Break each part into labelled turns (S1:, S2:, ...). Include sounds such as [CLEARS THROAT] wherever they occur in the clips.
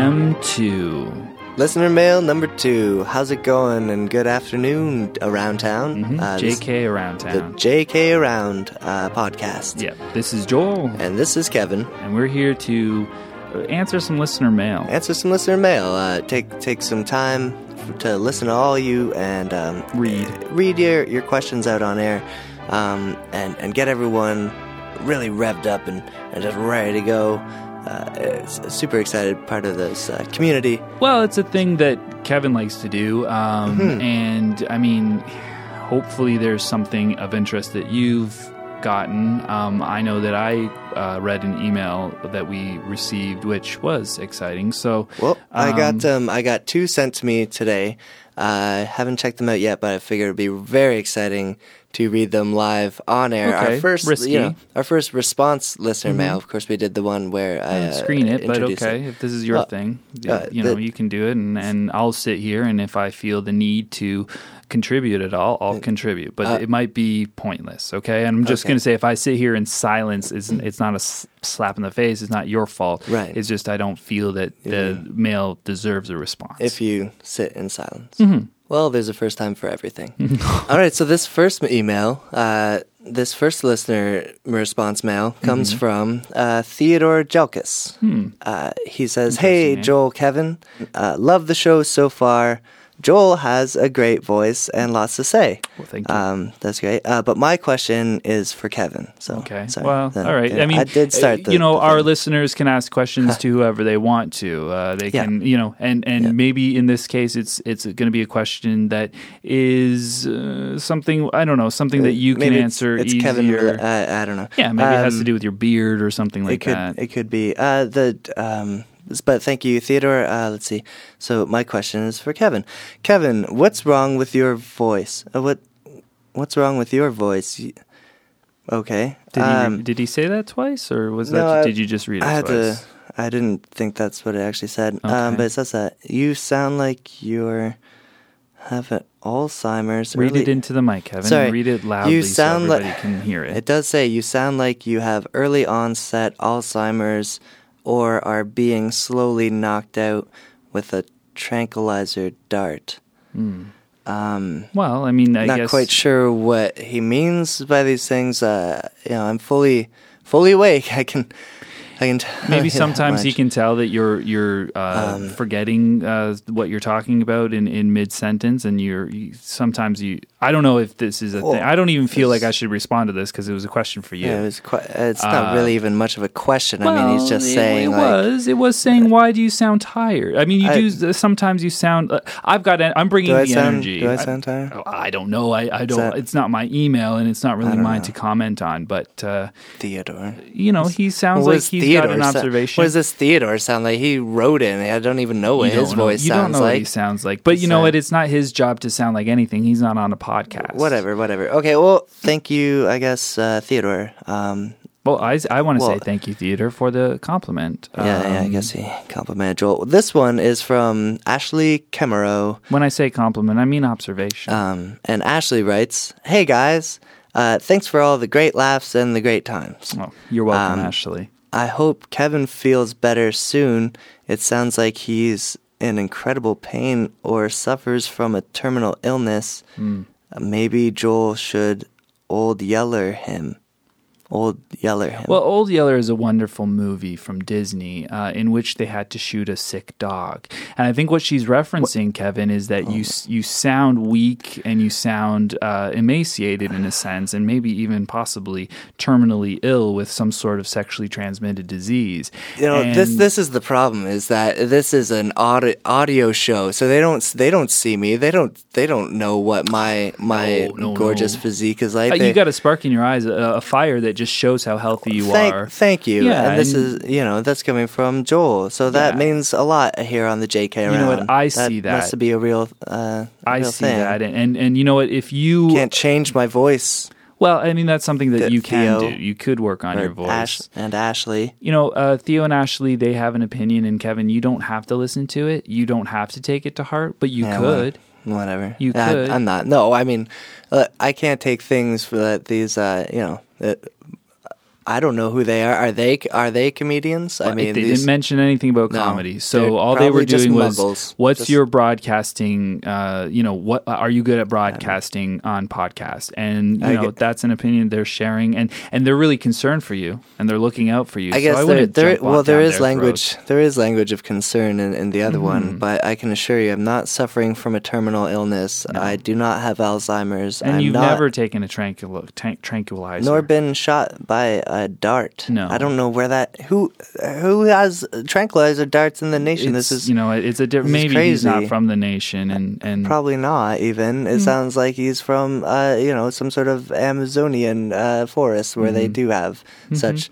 S1: LM2.
S2: Listener mail number two. How's it going? And good afternoon around town.
S1: Mhm.
S2: Uh, this-
S1: JK Around
S2: the
S1: Town.
S2: JK Around uh, podcast.
S1: yeah, this is Joel,
S2: And this is Kevin.
S1: and we're here to uh, answer some listener mail.
S2: Answer some listener mail. Uh, take take some time to listen to all you and um,
S1: Read.
S2: read your, your questions out on air, um, and and get everyone really revved up and, and just ready to go. Uh, it's super excited part of this uh, community.
S1: Well, it's a thing that Kevin likes to do. Um,
S2: Hmm.
S1: And I mean, hopefully, there's something of interest that you've gotten. Um, I know that I uh, read an email that we received, which was exciting. So,
S2: Well, I
S1: um,
S2: got um, I got two sent to me today. I haven't checked them out yet, but I figure it'd be very exciting to read them live on air.
S1: Okay,
S2: Our first,
S1: risky. Mm-hmm.
S2: you know, our first response listener mail. Of course, we did the one where I uh,
S1: screen it, but
S2: introduced
S1: okay, if this is your
S2: Uh,
S1: thing, y-
S2: uh,
S1: you know,
S2: the-
S1: you can do it, and, and I'll sit here, and if I feel the need to contribute at all, I'll contribute, but it might be pointless, okay? And I'm just
S2: Uh, okay.
S1: going to say, if I sit here in silence, it's, it's not a s- slap in the face, it's not your fault.
S2: Right.
S1: It's just I don't feel that the male deserves a response.
S2: If you sit in silence.
S1: Mm-hmm.
S2: Well, there's a first time for everything. [LAUGHS] All right, so this first email, uh, this first listener response mail
S1: Mm-hmm.
S2: comes from uh, Theodore Jelkis.
S1: Hmm.
S2: Uh, he says, Hey, Joel, Kevin, uh, love the show so far. Joel has a great voice and lots to say.
S1: Well, thank you.
S2: Um, that's great. Uh, but my question is for Kevin. So,
S1: Okay.
S2: sorry.
S1: Well,
S2: Then,
S1: all right.
S2: yeah,
S1: I mean, uh,
S2: I did start. The,
S1: you know,
S2: the
S1: our
S2: thing.
S1: listeners can ask
S2: [LAUGHS]
S1: questions to whoever they want to. Uh, they
S2: Yeah.
S1: can, you know, and and maybe in this case, it's it's going to be a question that is uh, something I don't know, something that you can
S2: Maybe it's-
S1: answer
S2: It's
S1: easier.
S2: Kevin. rela- I, I don't know.
S1: yeah, maybe it has
S2: Um,
S1: to do with your beard or something like
S2: it could
S1: that.
S2: it could be uh, the um, s- but thank you Theodore uh, let's see so my question is for Kevin Kevin what's wrong with your voice uh, what what's wrong with your voice Y- okay
S1: did, he,
S2: um,
S1: did he say that twice, or was
S2: no,
S1: that?
S2: I-
S1: did you just read it
S2: I had
S1: twice?
S2: to I didn't think that's what it actually said
S1: Okay.
S2: um, but it says that you sound like you're having Alzheimer's
S1: read
S2: early-
S1: it into the mic, Kevin.
S2: Sorry.
S1: Read it
S2: You
S1: loudly
S2: sound
S1: so
S2: like-
S1: everybody can hear it.
S2: It does say you sound like you have early onset Alzheimer's or are being slowly knocked out with a tranquilizer dart. Um,
S1: Hmm. well, I mean, I
S2: not
S1: guess
S2: quite sure what he means by these things. Uh, you know, I'm fully fully awake. [LAUGHS] I can, I can. tell [LAUGHS]
S1: maybe
S2: you that
S1: sometimes he
S2: much. Um,
S1: can tell that you're you're uh, forgetting uh, what you're talking about in, in mid sentence, and you're you, sometimes you. I don't know if this is a thing.
S2: Well,
S1: I don't even feel like
S2: it's-
S1: I should respond to this because it was a question for you.
S2: Yeah, it was quite, it's not really even much of a question. I mean, he's just
S1: it,
S2: saying
S1: Uh, it
S2: like,
S1: was it was saying why do you sound tired? I mean, you
S2: I-
S1: do uh, sometimes you sound. Uh, I've got. en- I'm bringing
S2: do I
S1: the
S2: sound
S1: energy.
S2: do I
S1: I-
S2: sound tired?
S1: Oh, I don't know. I, I don't.
S2: that-
S1: it's not my email, and it's not really
S2: don't
S1: mine
S2: know.
S1: to comment on. But uh,
S2: Theodore.
S1: you know, he sounds
S2: What
S1: like
S2: does
S1: he's got an
S2: Theodore sou-
S1: observation.
S2: What does this Theodore sound like? He wrote it. and I don't even know what
S1: You
S2: his
S1: don't know-
S2: voice
S1: you don't
S2: sounds
S1: know what he
S2: like.
S1: sounds like. But you know
S2: So-
S1: what? It's not his job to sound like anything. He's not on a podcast.
S2: Whatever, whatever. Okay, well, thank you, I guess, uh, Theodore. Um,
S1: Well, I, I want to say
S2: Well-
S1: thank you, Theater, for the compliment.
S2: yeah, yeah, I
S1: Um,
S2: guess he complimented Joel. This one is from Ashley Kemero.
S1: When I say compliment, I mean observation.
S2: Um, and Ashley writes, Hey guys, uh, thanks for all the great laughs and the great times.
S1: oh, you're welcome,
S2: um,
S1: Ashley.
S2: I hope Kevin feels better soon. It sounds like he's in incredible pain or suffers from a terminal illness.
S1: Hmm.
S2: Uh, Maybe Joel should old yeller him. Old yeller him.
S1: Well, Old Yeller is a wonderful movie from Disney uh, in which they had to shoot a sick dog, and I think what she's referencing, Kevin, is that
S2: Oh.
S1: you s- you sound weak and you sound uh, emaciated
S2: [SIGHS]
S1: in a sense, and maybe even possibly terminally ill with some sort of sexually transmitted disease.
S2: you know this
S1: And-
S2: this is the problem is that this is an audio, audio show so they don't they don't see me they don't they don't know what my my
S1: No, no,
S2: gorgeous
S1: no.
S2: physique is like
S1: Uh,
S2: They-
S1: you got a spark in your eyes, a, a fire that just shows how healthy you
S2: thank,
S1: are.
S2: Thank you.
S1: Yeah,
S2: and this
S1: and-
S2: is, you know, that's coming from Joel. So that
S1: Yeah.
S2: means a lot here on the JK
S1: You know what?
S2: round.
S1: I see that.
S2: Has to be a real, uh,
S1: I
S2: real
S1: see
S2: thing.
S1: that, and, and and you know what? If you
S2: Can't change my voice.
S1: Well, I mean that's something that
S2: The-
S1: you can
S2: Theo
S1: do. You could work on
S2: Or
S1: your voice.
S2: Ash and Ashley.
S1: you know, uh, Theo and Ashley, they have an opinion, and Kevin, you don't have to listen to it. You don't have to take it to heart, but you
S2: Yeah,
S1: could.
S2: wha- Whatever.
S1: You
S2: I,
S1: could.
S2: I'm not. No, I mean, uh, I can't take things for that. These, uh, you know, that I don't know who they are. Are they are they comedians? I
S1: Like,
S2: mean,
S1: they
S2: these,
S1: didn't mention anything about
S2: No,
S1: comedy.
S2: they're
S1: So all they were
S2: probably just
S1: doing was,
S2: muggles.
S1: "What's
S2: Just-
S1: your broadcasting? Uh, you know, what are you good at broadcasting on podcast?" And you
S2: I
S1: know,
S2: get-
S1: that's an opinion they're sharing, and and they're really concerned for you, and they're looking out for you.
S2: I guess
S1: so I
S2: there,
S1: wouldn't
S2: there,
S1: jump on
S2: well, there
S1: down
S2: is
S1: their
S2: language.
S1: throats.
S2: There is language of concern in, in the other
S1: Mm-hmm.
S2: one, but I can assure you, I'm not suffering from a terminal illness. I do not have Alzheimer's.
S1: and
S2: I'm
S1: you've
S2: not,
S1: never taken a tranquil- tank tranquilizer.
S2: nor been shot by a dart.
S1: No.
S2: I don't know where that who who has tranquilizer darts in the nation. this
S1: It's,
S2: is
S1: you know, it's a different.
S2: this is
S1: Maybe he's not
S2: crazy.
S1: from the nation, and and
S2: probably not even.
S1: Mm.
S2: It sounds like he's from uh, you know some sort of Amazonian uh, forest where they
S1: Mm-hmm.
S2: do have such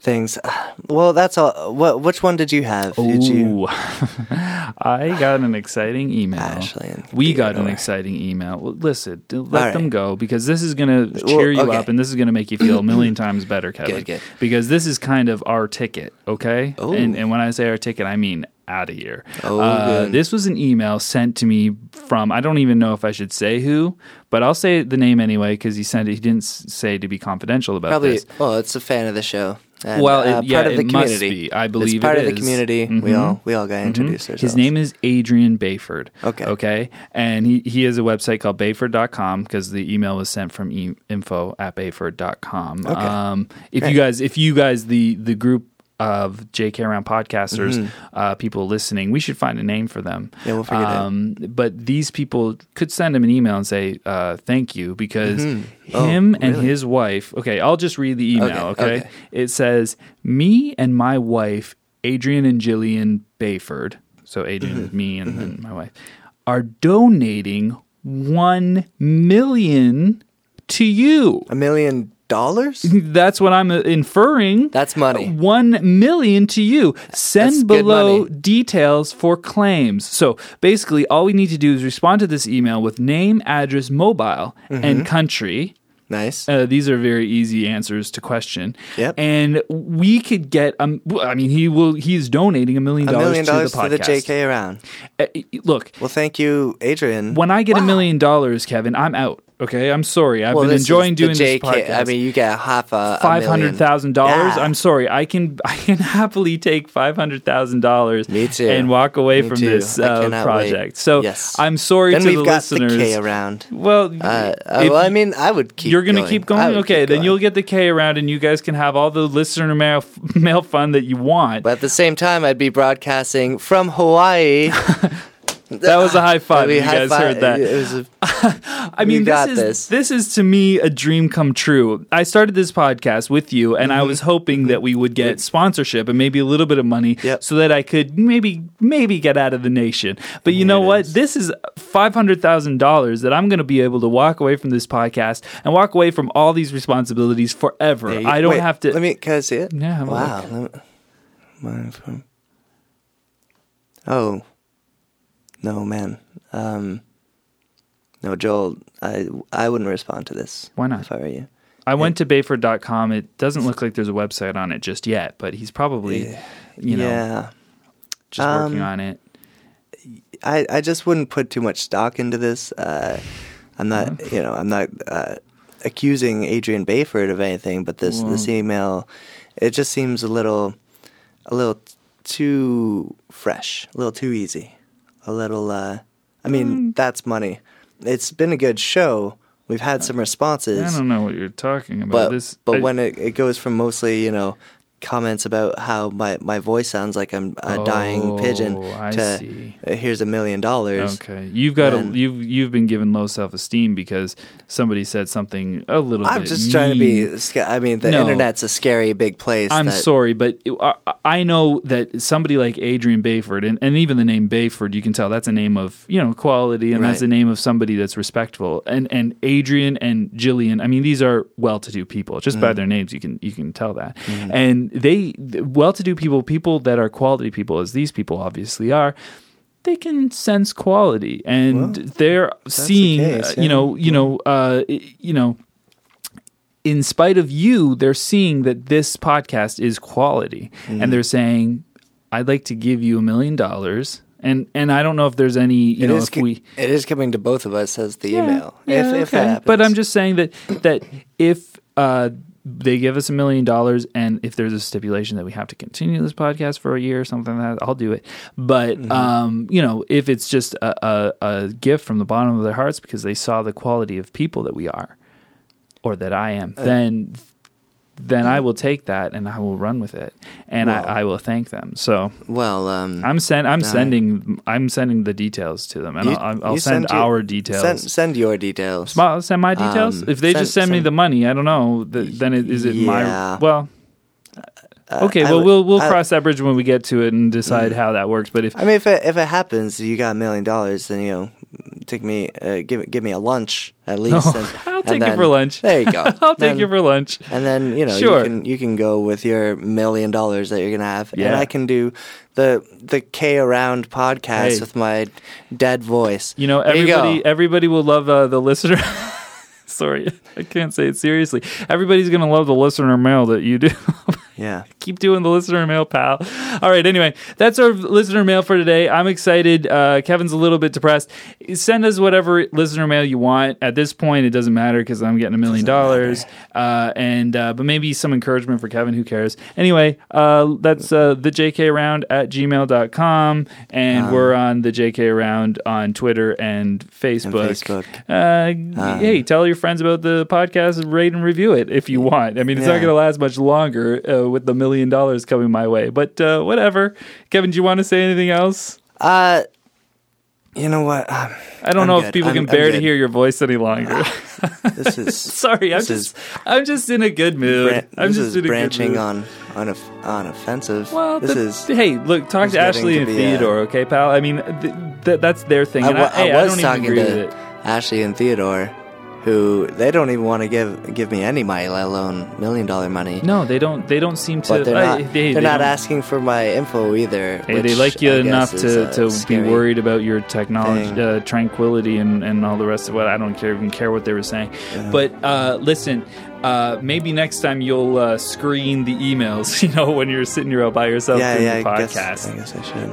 S2: things. [SIGHS] Well, that's all. What which one did you have? Did you?
S1: Ooh. [LAUGHS] I got an exciting email.
S2: Ashley and
S1: we got an
S2: Theodore.
S1: exciting email. Well, listen, d- let
S2: right.
S1: them go because this is going to cheer
S2: Well,
S1: you
S2: okay.
S1: up and this is going to make you feel a
S2: [CLEARS THROAT]
S1: million times better, Kevin.
S2: Good, good.
S1: Because this is kind of our ticket, okay?
S2: Ooh.
S1: And, and when I say our ticket, I mean out of here.
S2: Oh,
S1: Uh,
S2: good.
S1: this was an email sent to me from, I don't even know if I should say who, but I'll say the name anyway because he sent it. He didn't s- say to be confidential about
S2: Probably.
S1: this.
S2: Well, it's a fan of the show. And,
S1: Well, it-
S2: uh,
S1: yeah,
S2: part of the
S1: it must
S2: community.
S1: be. I believe
S2: it's part
S1: it
S2: of the
S1: is. Mm-hmm.
S2: community. We all we all got introduced ourselves.
S1: His name is Adrian Bayford.
S2: Okay.
S1: Okay. And he, he has a website called bayford.com because the email was sent from e- info at bayford.com.
S2: Okay.
S1: Um, if
S2: Great.
S1: you guys, if you guys, the, the group of JK around podcasters,
S2: Mm-hmm.
S1: uh, people listening, we should find a name for them.
S2: Yeah, we'll figure it out.
S1: um, But these people could send him an email and say, uh, thank you because him and his wife. Okay. I'll just read the email.
S2: Mm-hmm. Oh, Okay,
S1: okay?
S2: okay.
S1: It says, Me and my wife, Adrian and Jillian Bayford, so Adrian
S2: Mm-hmm.
S1: is me and then my wife, are donating one million to you.
S2: a million dollars.
S1: That's what I'm uh, inferring.
S2: That's money.
S1: One million to you. Send
S2: That's good
S1: below
S2: money.
S1: details for claims. So basically, all we need to do is respond to this email with name, address, mobile,
S2: Mm-hmm.
S1: and country.
S2: Nice.
S1: Uh, these are very easy answers to question.
S2: Yep.
S1: And we could get. Um, w- I mean, he will. He's donating a million
S2: a
S1: dollars
S2: million
S1: to the
S2: dollars
S1: podcast.
S2: to the JK around.
S1: Uh, y- look,
S2: Well, thank you, Adrian.
S1: when I get a million dollars, Kevin, I'm out. Okay, I'm sorry. I've
S2: well,
S1: been
S2: this is
S1: enjoying
S2: the
S1: doing this
S2: JK.
S1: podcast.
S2: I mean, you get half a a
S1: Five
S2: million.
S1: hundred thousand dollars.
S2: Yeah.
S1: I'm sorry. I can [LAUGHS] I can happily take five hundred thousand dollars.
S2: Me too.
S1: And walk away
S2: Me
S1: from
S2: too.
S1: this
S2: I
S1: uh,
S2: cannot wait.
S1: project. So
S2: Yes.
S1: I'm sorry
S2: Then
S1: to
S2: we've
S1: the
S2: got
S1: listeners.
S2: the K around.
S1: Well,
S2: Uh, uh,
S1: if
S2: well, I mean, I would keep.
S1: you're gonna
S2: going.
S1: keep
S2: I
S1: going.
S2: would
S1: Okay,
S2: keep
S1: then
S2: going.
S1: you'll get the K around, and you guys can have all the listener mail [LAUGHS] mail fun that you want.
S2: But at the same time, I'd be broadcasting from Hawaii.
S1: [LAUGHS] that was a high five.
S2: We
S1: if You guys
S2: high-five-
S1: heard that.
S2: It was a-
S1: [LAUGHS] I mean, this
S2: got
S1: is
S2: this.
S1: this is to me a dream come true. I started this podcast with you, and
S2: Mm-hmm.
S1: I was hoping that we would get sponsorship and maybe a little bit of money,
S2: Yep.
S1: so that I could maybe maybe get out of the nation. But you know what? This is five hundred thousand dollars that I'm going to be able to walk away from this podcast and walk away from all these responsibilities forever. I don't
S2: Wait,
S1: have to.
S2: Let me. Can I see it?
S1: Yeah, have a
S2: Wow. Let me- mine from- Oh. No, man. Um. No, Joel. I I wouldn't respond to this.
S1: Why not?
S2: If I were you.
S1: I went to Bayford.com. It doesn't look like there's a website on it just yet, but he's probably, you know,
S2: yeah.
S1: just working
S2: Um,
S1: on it.
S2: I, I just wouldn't put too much stock into this. Uh, I'm not, you know, I'm not uh, accusing Adrian Bayford of anything, but this this email, it just seems a little, a little too fresh, a little too easy, a little. Uh, I mean, that's money. It's been a good show. We've had some
S1: I
S2: responses,
S1: don't know what you're talking about.
S2: but
S1: this,
S2: but
S1: I-
S2: when it, it goes from mostly, you know. Comments about how my, my voice sounds like I'm a dying pigeon.
S1: Oh, I
S2: to
S1: see.
S2: uh, here's a million dollars.
S1: Okay, you've got a,
S2: Then-
S1: you've you've been given low self esteem because somebody said something a little.
S2: I'm
S1: bit
S2: just trying to
S1: mean.
S2: be. sca- I mean, the
S1: No.
S2: internet's a scary big place.
S1: I'm
S2: that-
S1: sorry, but it- I, I know that somebody like Adrian Bayford, and, and even the name Bayford, you can tell that's a name of you know quality, and that's
S2: Right.
S1: a name of somebody that's respectful. And and Adrian and Jillian, I mean, these are well-to-do people. Just
S2: Mm-hmm.
S1: by their names, you can you can tell that. And they the well-to-do people, people that are quality people, as these people obviously are. They can sense quality, and they're
S2: the
S1: seeing,
S2: case,
S1: uh, you
S2: yeah.
S1: know, you know, uh, you know, in spite of you, they're seeing that this podcast is quality, and they're saying, "I'd like to give you a million dollars." And and I don't know if there's any you
S2: It
S1: know
S2: is
S1: if
S2: co-
S1: we
S2: it is coming to both of us as the email.
S1: yeah,
S2: if, if that happens.
S1: But I'm just saying that that if uh, they give us a million dollars and if there's a stipulation that we have to continue this podcast for a year or something like that, I'll do it. But
S2: Mm-hmm.
S1: um, you know, if it's just a, a, a gift from the bottom of their hearts because they saw the quality of people that we are or that I am,
S2: Uh,
S1: then then I will take that and I will run with it and
S2: mm-hmm. Well-
S1: I, I will thank them. So
S2: well, um,
S1: I'm send I'm
S2: Nice.
S1: sending I'm sending the details to them and
S2: you-
S1: I'll, I'll
S2: you
S1: send,
S2: your-
S1: our details.
S2: Send, send your details.
S1: Well, send my details.
S2: Um,
S1: if they
S2: send-
S1: just send, me
S2: send-
S1: the money, I don't know. th- Then it, is it my
S2: Yeah. Uh,
S1: well? Okay,
S2: I
S1: well
S2: would-
S1: we'll we'll
S2: I- Mm.
S1: cross that bridge when we get to it and decide how that works. But if
S2: I mean, if it, if it happens, you got a million dollars, then you know, take me, uh, give give me a lunch at
S1: [LAUGHS]
S2: least. and,
S1: I'll
S2: and
S1: take you
S2: then-
S1: for lunch.
S2: There you go.
S1: [LAUGHS] [LAUGHS] I'll take
S2: Then-
S1: you for lunch.
S2: And then you know
S1: Sure.
S2: you can you can go with your million dollars that you're gonna have, and
S1: Yeah.
S2: I can do the the K around podcast
S1: Hey.
S2: with my dead voice.
S1: You know,
S2: There you go.
S1: everybody e- everybody will love uh, the listener. [LAUGHS] Sorry, [LAUGHS] I can't say it seriously. Everybody's gonna love the listener mail that you do. [LAUGHS]
S2: yeah.
S1: keep doing the listener mail, pal. All right. Anyway, that's our listener mail for today. I'm excited. Uh, Kevin's a little bit depressed. Send us whatever listener mail you want. At this point, it doesn't matter because I'm getting a million dollars. Uh, And uh, but maybe some encouragement for Kevin. Who cares? Anyway, uh, that's uh, the JK round at gmail.com, and we're on the JK round on Twitter and Facebook.
S2: Facebook.
S1: Uh,
S2: Ah.
S1: hey, tell your friends about the podcast, rate and review it if you want. I mean, it's not
S2: Yeah.
S1: going to last much longer uh, with the million dollars coming my way, but uh, whatever. Kevin, do you want to say anything else?
S2: Uh, you know what? Um,
S1: I don't
S2: I'm
S1: know if
S2: good.
S1: people
S2: I'm-
S1: can
S2: I'm
S1: bear to
S2: good.
S1: hear your voice any longer.
S2: this
S1: [LAUGHS]
S2: is
S1: Sorry, I'm
S2: This
S1: just
S2: is-
S1: I'm just in a good mood.
S2: bran-
S1: I'm
S2: this
S1: just
S2: is
S1: in a good
S2: branching
S1: mood.
S2: on on off- on offensive.
S1: Well,
S2: this
S1: the-
S2: is
S1: hey, look, talk
S2: it's
S1: to Ashley
S2: getting
S1: and
S2: to be a-
S1: Theodore, okay, pal? I mean, th- th- that's their thing.
S2: I
S1: and
S2: wa-
S1: hey,
S2: I was
S1: don't even
S2: talking
S1: agree with
S2: to
S1: it.
S2: Ashley and Theodore, who they don't even want to give give me any money, let alone million dollar money.
S1: No, they don't. They don't seem to.
S2: But they're
S1: uh,
S2: not,
S1: they-
S2: they, are
S1: they
S2: not
S1: don't-
S2: asking for my info either.
S1: Hey, they
S2: which
S1: like you
S2: I
S1: enough
S2: guess
S1: to,
S2: is, uh,
S1: to be
S2: scary.
S1: worried about your technology,
S2: thing.
S1: uh, tranquility, and, and all the rest of what I don't care, even care what they were saying. But uh, listen, uh, maybe next time you'll uh, screen the emails, [LAUGHS] you know, when you're sitting here all by yourself
S2: Yeah,
S1: doing
S2: yeah,
S1: the
S2: I
S1: podcast.
S2: guess, I guess I should.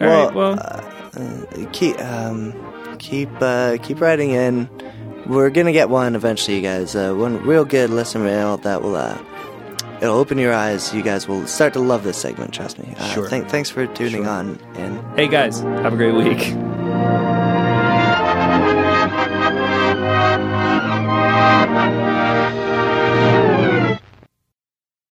S1: All right, well-
S2: uh, uh, keep um, keep uh, keep writing in. We're gonna get one eventually, you guys. Uh, one real good listener mail that will uh, it'll open your eyes. You guys will start to love this segment. Trust me. Uh,
S1: Sure.
S2: thank- thanks for tuning on, and
S1: Hey, guys, have a great week.